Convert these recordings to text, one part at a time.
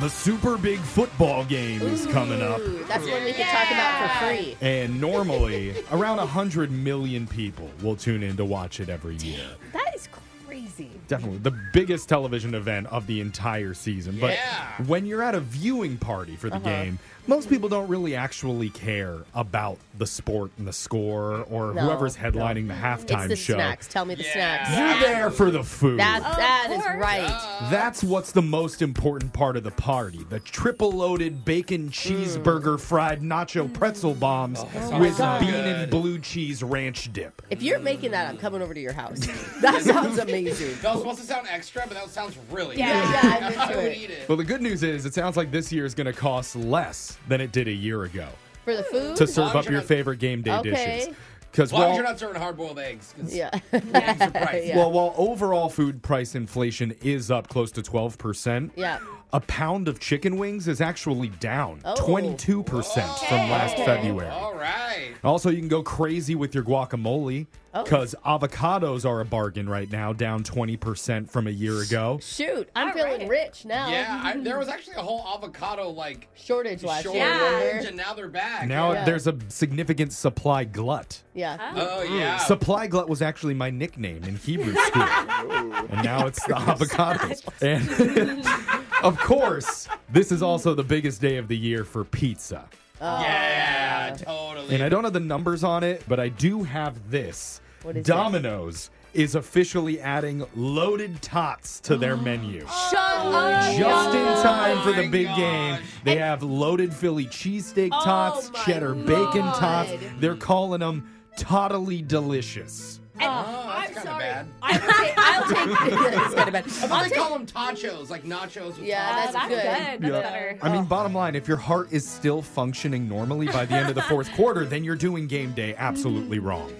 the super big football game is coming up. Ooh, that's one we can talk about for free. And normally, around 100 million people will tune in to watch it every year. That is crazy. Definitely the biggest television event of the entire season. But Yeah. when you're at a viewing party for the Uh-huh. game, most people don't really actually care about the sport and the score or No, whoever's headlining the halftime It's the show. snacks. Tell me the Yeah. snacks. You're there for the food. That Of that is course. right. That's what's the most important part of the party. The triple loaded bacon cheeseburger fried nacho pretzel bombs with sounds bean good. and blue cheese ranch dip. If you're making that, I'm coming over to your house. That sounds amazing. That was supposed to sound extra, but that sounds really Yeah. good. Yeah, I'm I into would it. eat it. Well, the good news is it sounds like this year is going to cost less than it did a year ago For the food? to serve long up as your you're- favorite game day Okay. dishes. Because As long as while, you're not serving hard-boiled eggs. 'cause yeah. eggs are pricey. Yeah. well, while overall food price inflation is up close to 12%, Yeah. a pound of chicken wings is actually down Oh. 22% from last Okay. February. All right. Also, you can go crazy with your guacamole Oh. because avocados are a bargain right now, down 20% from a year ago. Shoot, I'm All feeling right. rich now. Yeah, I, there was actually a whole avocado like Shortage last shortage, year. remember? and now they're back. Now Yeah. there's a significant supply glut. Yeah. oh Mm, yeah, Supply glut was actually my nickname in Hebrew school. and now it's the avocados. And of course, this is also the biggest day of the year for pizza. Ah. yeah, totally. And I don't have the numbers on it, but I do have this. What is Domino's is officially adding loaded tots to their menu. Oh, Shut up. Just in time for Oh my Oh the big gosh. game, they have loaded Philly cheesesteak tots, my cheddar bacon tots. Lord. They're calling them totally delicious. And Oh, that's I'm kinda sorry. bad. I will take, I'll take It's kinda bad. I thought they call them tachos, like nachos. With Yeah, tacos. that's that's good. good. That's better. I mean, bottom line, if your heart is still functioning normally by the end of the fourth quarter, then you're doing game day absolutely wrong.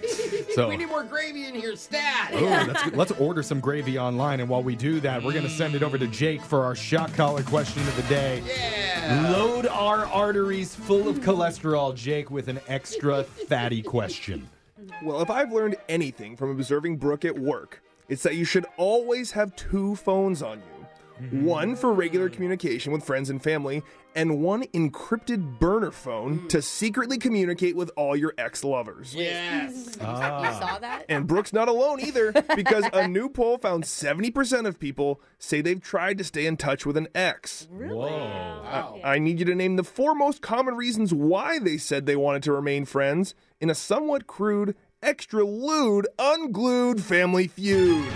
So. we need more gravy in here, stat. Ooh, that's good. Let's order some gravy online. And while we do that, we're going to send it over to Jake for our shock collar question of the day. Yeah. Load our arteries full of cholesterol, Jake, with an extra fatty question. Well, if I've learned anything from observing Brooke at work, it's that you should always have two phones on you one for regular communication with friends and family, and one encrypted burner phone to secretly communicate with all your ex lovers. Yes. Ah. You saw that? And Brooke's not alone either, because a new poll found 70% of people say they've tried to stay in touch with an ex. Whoa. Wow. I need you to name the four most common reasons why they said they wanted to remain friends in a somewhat crude, extra lewd, unglued family feud.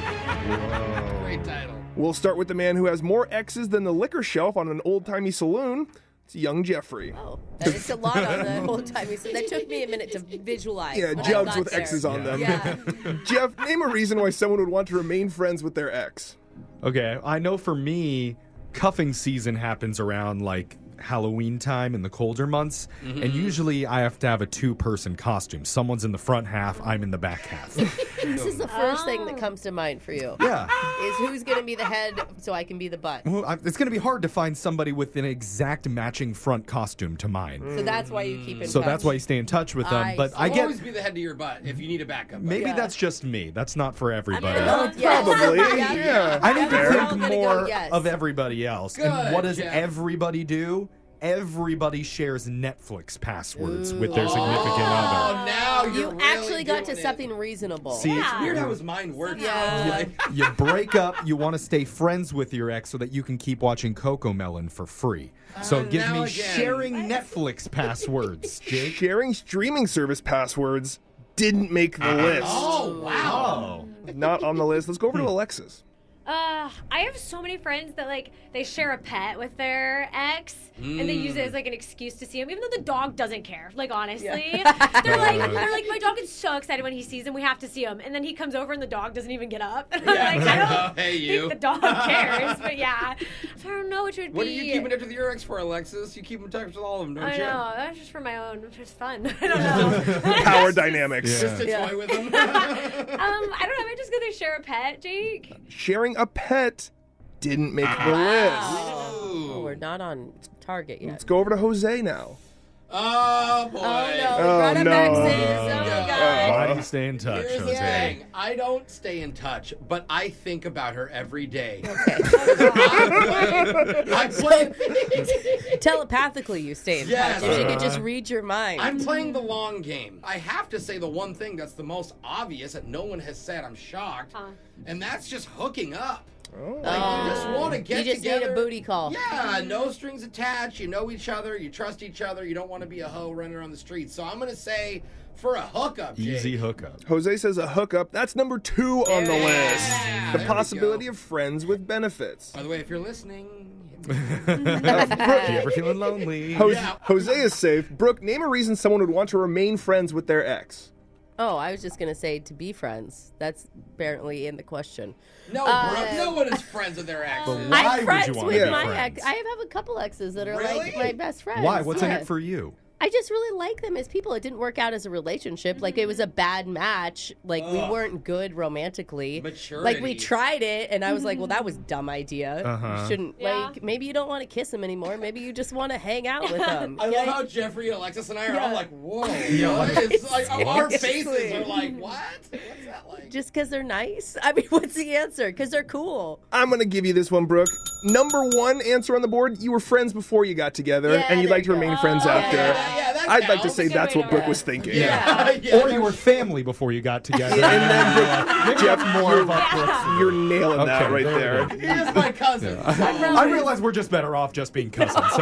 Great title. We'll start with the man who has more X's than the liquor shelf on an old timey saloon. It's young Jeffrey. Oh, it's a lot on the whole time. You said that took me a minute to visualize. Yeah, when I jugs got with there. X's on them. Yeah. Jeff, name a reason why someone would want to remain friends with their ex. Okay, I know for me, cuffing season happens around like Halloween time in the colder months, and usually I have to have a two person costume. Someone's in the front half, I'm in the back half. This is the first thing Oh. that comes to mind for you. yeah. Is who's going to be the head so I can be the butt? Well, I, it's going to be hard to find somebody with an exact matching front costume to mine. So Mm. that's why you keep in So touch. that's why you stay in touch with them. I but see. I get Always be the head to your butt if you need a backup. maybe Yeah. that's just me. That's not for everybody. gonna Oh, go- Yes. Probably. Yeah. yeah. I need We're to all think gonna go more yes. of everybody else. and Good, what does Jeff. everybody do? Everybody shares Netflix passwords with their oh, significant other. now you're You really actually got to doing it. something reasonable. See, It's weird how his mind works. Yeah. Like, you break up, you want to stay friends with your ex so that you can keep watching Coco Melon for free. So give Uh, now me again. sharing Netflix passwords, Jake. Sharing streaming service passwords didn't make the list. oh wow. Oh. Not on the list. Let's go over to Alexis. Uh, I have so many friends that like they share a pet with their ex, and they use Mm. it as like an excuse to see him, even though the dog doesn't care. Like honestly, they're like they're like my dog is so excited when he sees him. We have to see him, and then he comes over and the dog doesn't even get up. And I'm like, I Oh, don't hey think you. the dog cares, but yeah, I don't know which would What are be. you keeping touch with your ex for, Alexis? You keep in touch with all of them, don't I you? know that's just for my own, just fun. I don't know. Power dynamics. Yeah. Just to Yeah. toy with them. um, I don't know. Am I just gonna share a pet, Jake? Sharing a pet didn't make the list. Oh, we're not on target yet. Let's go over to Jose now. oh boy. Oh no, we Oh, brought up no. X's. Oh my No. god. Why do you stay in touch, Here's the Jose? thing. I don't stay in touch, but I think about her every day. 'Cause I Oh, I'm playing. Telepathically, you stay in Yes. touch. If she could Uh-huh. just read your mind. I'm playing the long game. I have to say the one thing that's the most obvious that no one has said. I'm shocked, Huh. and that's just hooking up. Oh. Like you just want Um, to you get just together. need a booty call. Yeah, no strings attached. You know each other. You trust each other. You don't want to be a hoe running around the streets. So I'm gonna say for a hookup, Jake. Easy hookup. Jose says a hookup. That's number two on the Yeah. list. There The we possibility go. of friends with benefits. By the way, if you're listening, hit me If you ever feeling lonely? Jose, Yeah. Jose is safe. Brooke, name a reason someone would want to remain friends with their ex. Oh, I was just gonna say to be friends. That's apparently in the question. No, Uh, Brooke, no one is friends with their exes. Why would I'm you friends wanna with be my friends? ex. I have a couple exes that are Really? like my best friends. Why? What's in Yeah. it for you? I just really like them as people. It didn't work out as a relationship. Like it was a bad match. Like we weren't good romantically. Like we Maturity. tried it, and I was like, "Well, that was a dumb idea. Uh-huh. You shouldn't Yeah. like. Maybe you don't want to kiss him anymore. Maybe you just want to hang out with him." I Yeah. love how Jeffrey, Alexis, and I are all Yeah. like, "Whoa!" what is- like our faces Seriously. are like, "What? What's that like?" just because they're nice. I mean, what's the answer? Because they're cool. I'm gonna give you this one, Brooke. Number one answer on the board: you were friends before you got together, Yeah, and you'd there like to you go. remain friends Oh, after. yeah, yeah, that I'd like to counts. say That's a that's good what way to Brooke was thinking. yeah. yeah. Or you were family before you got together. Yeah, and then Maybe that's more of a Brooks. You're nailing that Okay, right there there. we He is my cousin. so- I realize we're just better off just being cousins. So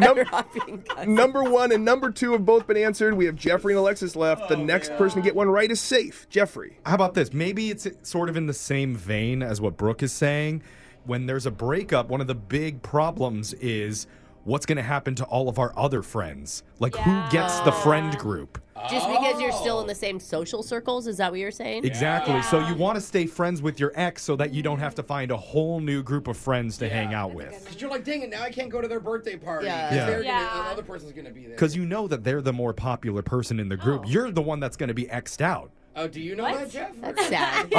Better off being cousins. Number one and number two have both been answered. We have Jeffrey and Alexis left. the next person to get one right is safe. Jeffrey. how about this? Maybe it's sort of in the same vein as what Brooke is saying. When there's a breakup, one of the big problems is what's going to happen to all of our other friends. Like Yeah. who gets the friend group? Just because you're still in the same social circles, is that what you're saying? Exactly. So Yeah. you want to stay friends with your ex so that you don't have to find a whole new group of friends to hang out with. Because you're like, dang it, now I can't go to their birthday party. Yeah. 'cause Yeah. They're Gonna, Yeah. another person's going to be there. Because you know that they're the more popular person in the group. You're the one that's going to be xed out. Oh, do you know What? that, Jeff? That's sad.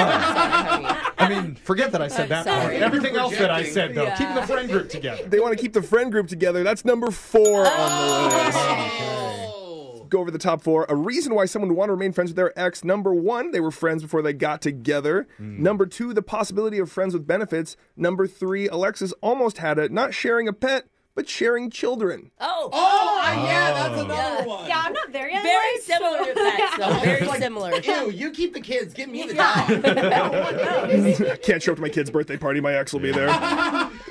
I mean, forget that I said that sorry. part. Everything else that I said, though, Yeah. keep the friend group together. They want to keep the friend group together. That's number four on the list. Oh. go over the top four. A reason why someone would want to remain friends with their ex. Number one, they were friends before they got together. Number two, the possibility of friends with benefits. Number three, Alexis almost had it, not sharing a pet, but sharing children. Oh, Oh, I- yeah, that's another Yeah. one. Uh, Yeah, I'm not there yet. very like, similar to that. So very Like, similar. Ew, you keep the kids. Give me the dog. I can't show up to my kid's birthday party. My ex will be there.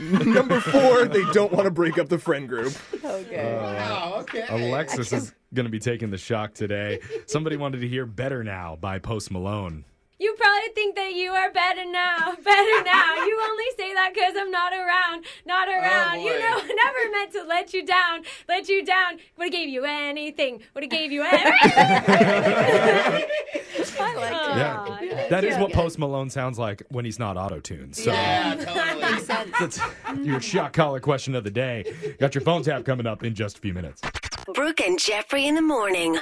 Number four, they don't want to break up the friend group. Okay. wow, Oh, okay. Alexis is going to be taking the shock today. Somebody wanted to hear Better Now by Post Malone. You probably think that you are better now, better now. You only say that because I'm not around, not around. boy. you know, I never meant to let you down, let you down. Would have gave you anything. Would have gave you anything. I liked it. Yeah. Aw, That is what Post Malone sounds like when he's not auto tuned. So Yeah, totally. that's your shock collar question of the day. Got your phone tap coming up in just a few minutes. Brooke and Jeffrey in the morning.